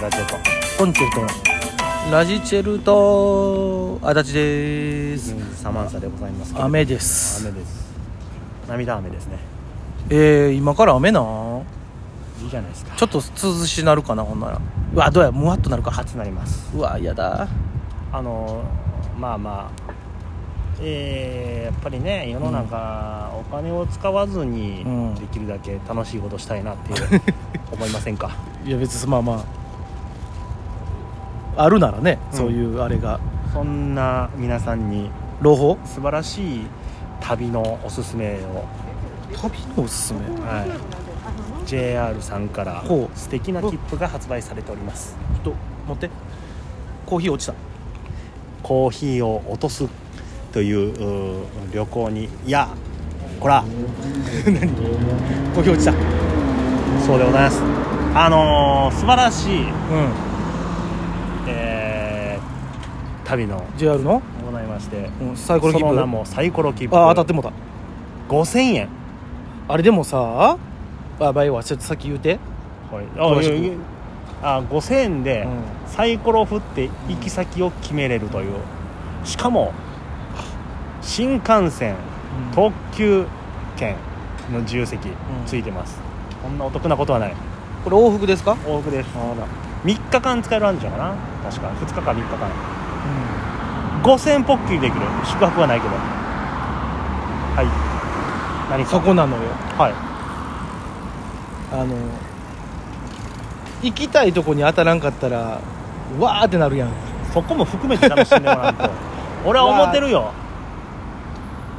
ラジオとコンチェルトラジチェルト足立です、サマンサでございますけど雨です雨です涙雨ですねえー、今から雨なんいいじゃないですかちょっと涼しなるかなほんならうわどうやムワっとなるか暑なりますうわやだあのまあまあえー、やっぱりね世の中、お金を使わずにうんできるだけ楽しいことしたいなって いう、思いませんかいや別にまあまああるならね、うんそういうあれがそんな皆さんに朗報素晴らしい旅のおすすめを旅のおすすめはい、JR さんからほう素敵な切符が発売されておりますちょっと持ってコーヒー落ちたコーヒーを落とすといううー旅行にいやこらコーヒー落ちたうんそうでございますあのー素晴らしい、えー旅の JR の、ございましてうん、サイコロそ切符の名もサイコロ切符ああ当たってもうた5000円あれでもさあバイはちょっとさっき言うてはい詳あいしくやいやあ5000円でうんサイコロ振って行き先を決めれるというしかも新幹線特急券の自由席ついてます、こんなお得なことはないこれ往復ですか往復ですあら、 3日間使えるんじゃないかな確か2日か3日間5000ポッキリできる宿泊はないけどはい何かそこなのよはいあの行きたいとこに当たらんかったらわーってなるやんそこも含めて楽しんでもらう と俺は思ってるよ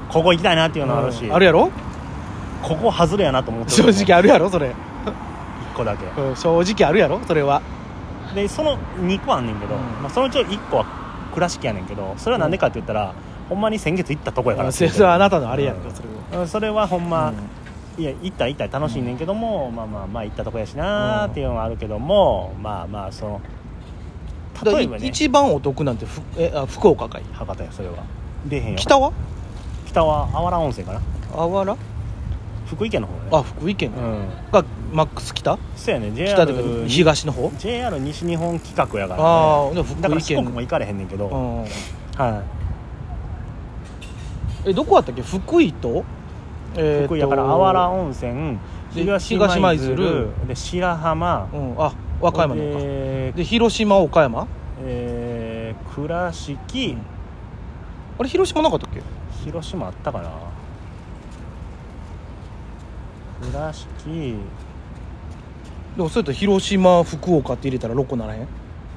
ここ行きたいなっていうのあるし、うんあるやろここ外れやなと思って正る直あるやろそれ、 1個だけうん正直あるやろそれはでその2個あんねんけど、うんまあ、そのうちの1個は倉敷やねんけどそれはなんでかって言ったら、ほんまに先月行ったとこやからあそれはあなたのあれやんかそれうんそれはほんまは、いや行った行った楽しいねんけども、まあまあまあ行ったとこやしなーっていうのはあるけども、まあまあそのう例んえばだからね一番お得なんてふえあ福岡かい博多やそれは出えへんよ北は北はあわら温泉かなあわら福井県の方ねあ福井県うんがマックス北そうやね JR 北でも東の方 JR 西日本企画やから、ね、ああでも福井県だから四国も行かれへんねんけど、うんはえどこあったっけ福井と,、い、えーと福井やからあわら温泉で東東舞舞鶴で白浜うんあ和歌山のかでで広島岡山えー倉敷、うんあれ広島なかったっけ広島あったかな倉敷でもそれと広島福岡って入れたら6個ならへん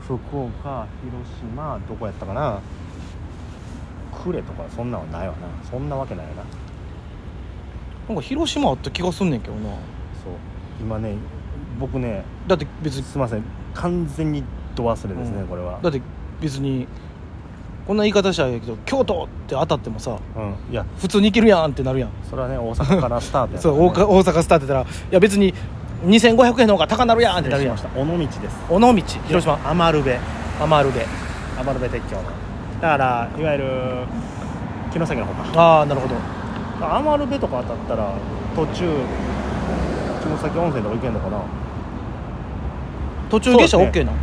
福岡広島どこやったかな呉とかそんなんはないわなそんなわけないよななんか広島あった気がすんねんけどなそう今ね僕ねだって別にすいません完全にド忘れですね、うんこれはだって別にこんな言い方したらあれやけど京都って当たってもさうんいや普通に行けるやんってなるやん、それはね大阪からスタートやから そうね大阪大阪スタートやったらいや別に2500円の方が高なるやんっ失てな礼るしやましんた尾道です尾道広島余るべ余るで余るべ鉄橋のだからいわゆる城崎の方かああなるほど余るべとか当たったら途中城崎温泉とか行けんのかな途中下車そうです OK なの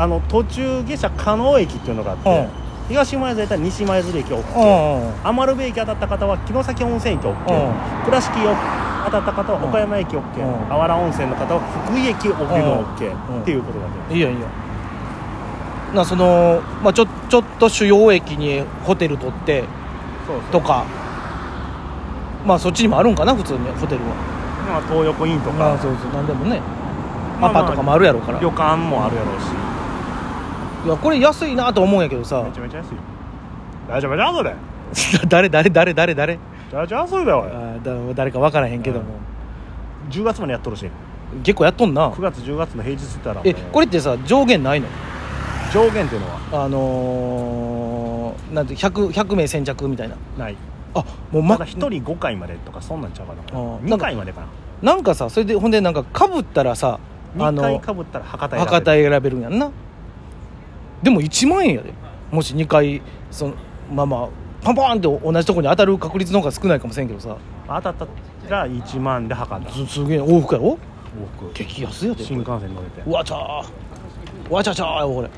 あの途中下車加納駅っていうのがあって、うん東前鶴駅から西前鶴駅 OK うんうんうん余るべ駅当たった方は城崎温泉駅 OK、う倉敷を当たった方うはん岡山駅 OK、うんあわら温泉の方は福井駅降りるの OK、うんっていうことだけいいよいいよなその、まあ、ちょちょっと主要駅にホテル取ってそうとかまあそっちにもあるんかな普通にホテルはまあ、東横インとか、あそうそうなんでもねまパあまあパとかもあるやろうから、旅館もあるやろうしいやこれ安いなと思うんやけどさめちゃめちゃ安いよ大丈夫大丈夫だよ 誰誰誰誰誰大丈夫だよおいあだ誰か分からへんけども、 10月までやっとるし結構やっとんな9月10月の平日って言ったらえこれれってさ上限ないの上限っていうのはあのー、なんて 100, 100名先着みたいなないあもうままだ1人5回までとかそんなんちゃうかなー2回までかななんかさそれでほんでなんかかぶったらさあ2回のかぶったら博多選べる博多選べるんやんなでも1万円やでもし2回そのまあまあパンパンって同じとこに当たる確率の方が少ないかもしれんけどさ当たったら1万で博多往すすげえ往復やろ復激安やでこれ新幹線乗れてうわちゃーわちゃわちゃよこれい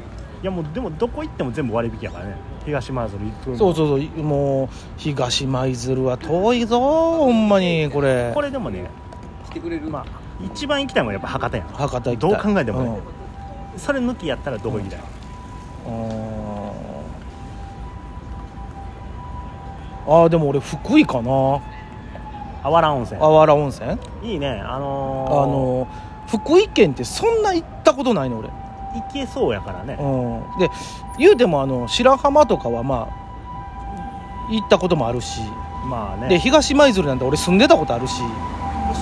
やもうでもどこ行っても全部割引やからね東舞鶴行くそうそうそうもう東舞鶴は遠いぞほんまにこれこれでもね来てくれる、まあ一番行きたいのはやっぱ博多やん博多行きたいどう考えてもねそれ抜きやったらどこ行きたい、うんあーあーでも俺福井かなあわら温泉あわら温泉あいいねあのー、の福井県ってそんな行ったことないの俺行けそうやからね、うん、で言うてもあの白浜とかはまあ行ったこともあるし、まあでね東舞鶴なんて俺住んでたことあるし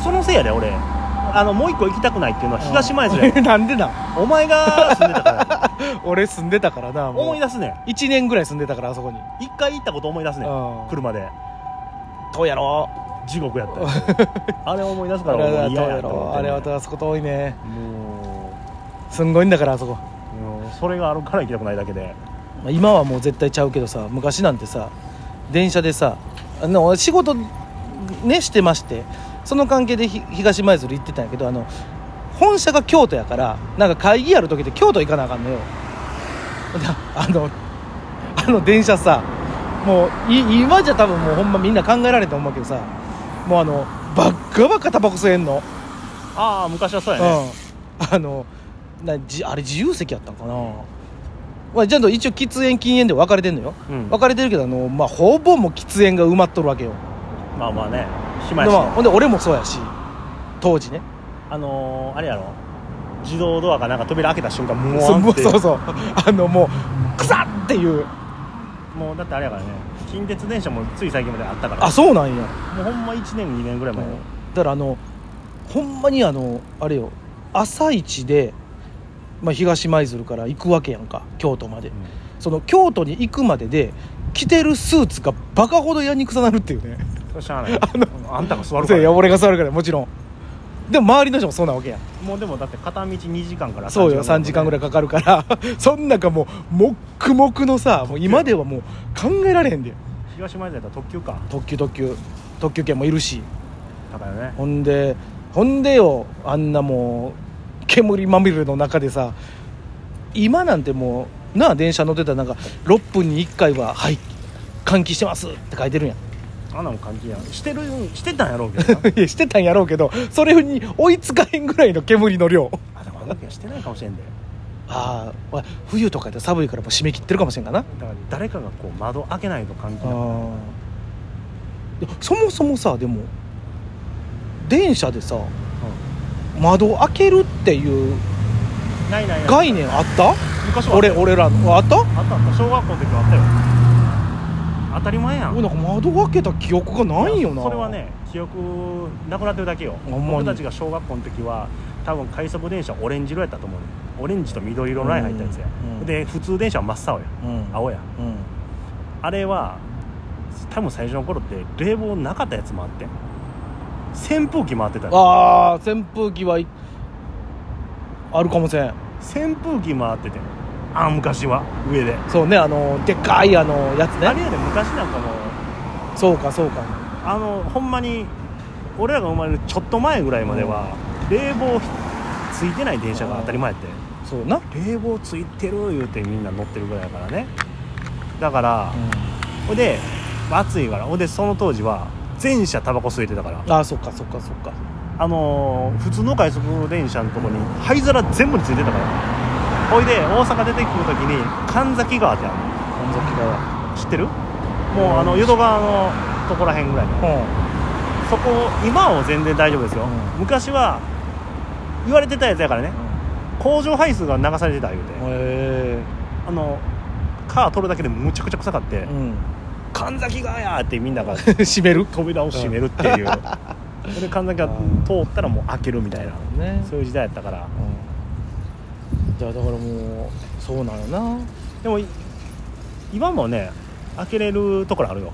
そのせいやで俺あのもう一個行きたくないっていうのは東舞鶴や、うん なんでなお前が住んでたから俺住んでたからな思い出出すね1年ぐらい住んでたからあそこに、一回行ったこと思い出すねうん車で遠いやろ地獄やったよあれ思い出す かあれらは俺もう遠い嫌ややと思ろってあんねれはあそこ遠いねもすんごいんだからあそこ、うもうそれがあるから行きたくないだけでまあ今はもう絶対ちゃうけどさ昔なんてさ電車でさあの仕事ねしてましてその関係でひ東舞鶴行ってたんやけどあの本社が京都やからなんか会議やる時って京都行かなあかんのよ なあのあの電車さもうい今じゃ多分もうほんまみんな考えられんと思うけどさもうあのバッカバカタバコ吸えんのああ昔はそうやね、うん、あのなじあれ自由席やったんかな、まあ、ちゃんと一応喫煙禁煙で分かれてんのよ、うん分かれてるけどあの、まあ、ほぼもう喫煙が埋まっとるわけよまあまあねで、暇やしねまあ、ほんで俺もそうやし当時ねあのー、あれやろ自動ドアがなんか扉開けた瞬間もそううもうってそうそうあのもうくさっていうもうだってあれやからね近鉄電車もつい最近まであったからあそうなんや、もうほんま1年2年ぐらい前よだからあのほんまにあのあれよ朝一で、まあ、東舞鶴から行くわけやんか京都まで、その京都に行くまでで着てるスーツがバカほどやにくさなるっていうねそれしゃあないああんたが座るかそうらや俺が座るからもちろんでも周りの人もそうなわけやんもうでもだって片道2時間からそうよ3時間ぐらいいかかるから そん中もうもっくもくのさもう今ではもう考えられへんで東前だったら特急か特急特急特急券もいるしだからねほんでほんでよあんなもう煙まみれの中でさ今なんてもうなあ電車乗ってたらなんか6分に1回は「はい換気してます」って書いてるんやんあんなもん関係やんしてるしてたんやろうけどな いやしてたんやろうけどそれに追いつかへんぐらいの煙の量あでもあの時はしてないかもしれんでああわ冬とかやったら寒いからもう締め切ってるかもしれんかなだから誰かがこう窓開けないと関係ないあそもそもさでも電車でさ窓開けるっていううんないないない概念あった昔はあった俺よ俺らのあったあったあった小学校の時はあったよ当たり前やん俺なんか窓開けた記憶がないよなそれはね記憶なくなってるだけよほんま僕にたちが小学校の時は多分快速電車オレンジ色やったと思うねオレンジと緑色のライン入ったやつや、うんうんで普通電車は真っ青やうん青やうんあれは多分最初の頃って冷房なかったやつもあってん扇風機回ってたよああ扇風機はいあるかもしれん扇風機回っててあ昔は上でそうねあのでっかいあのやつあねれやで昔なんかもうそうかそうかあのほんまに俺らが生まれるちょっと前ぐらいまでは、冷房ついてない電車が当たり前やって、そうな、冷房ついてる言うてみんな乗ってるぐらいだからねだからう、ほん、で暑いからほんでその当時は全車タバコ吸いてたからん、ああそっかそっかそっかあのー普通の快速電車のとこに灰皿全部についてたからほいで大阪出てくる時に神崎川ってあるの神崎川知ってるもうあの淀川のとこら辺ぐらいにうんそこ今は全然大丈夫ですよ、うん昔は言われてたやつやからね工場排水が流されてた言うて、へあのカー取るだけでむちゃくちゃ臭かってえ、うん、 「神崎川 や!」ってみんなが閉める扉を閉めるっていう、それで神崎川うん通ったらもう開けるみたいな、ねそういう時代やったからじゃあだからもうそうなのなでもい今もね開けれるところあるよ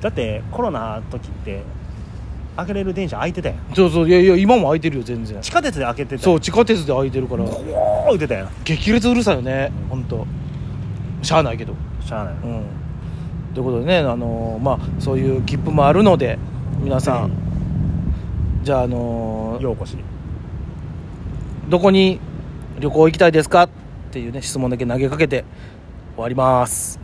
だってコロナの時って開けれる電車開いてたやんそうそういやいや今も空いてるよ全然地下鉄で開けてたそやんう地下鉄で空いてるからおー言ってたやん激烈うるさいよね本当しゃあないけどしゃあないうんということでねあのーまあそういう切符もあるので皆さんじゃああのーようこしどこに旅行行きたいですかっていうね質問だけ投げかけて終わります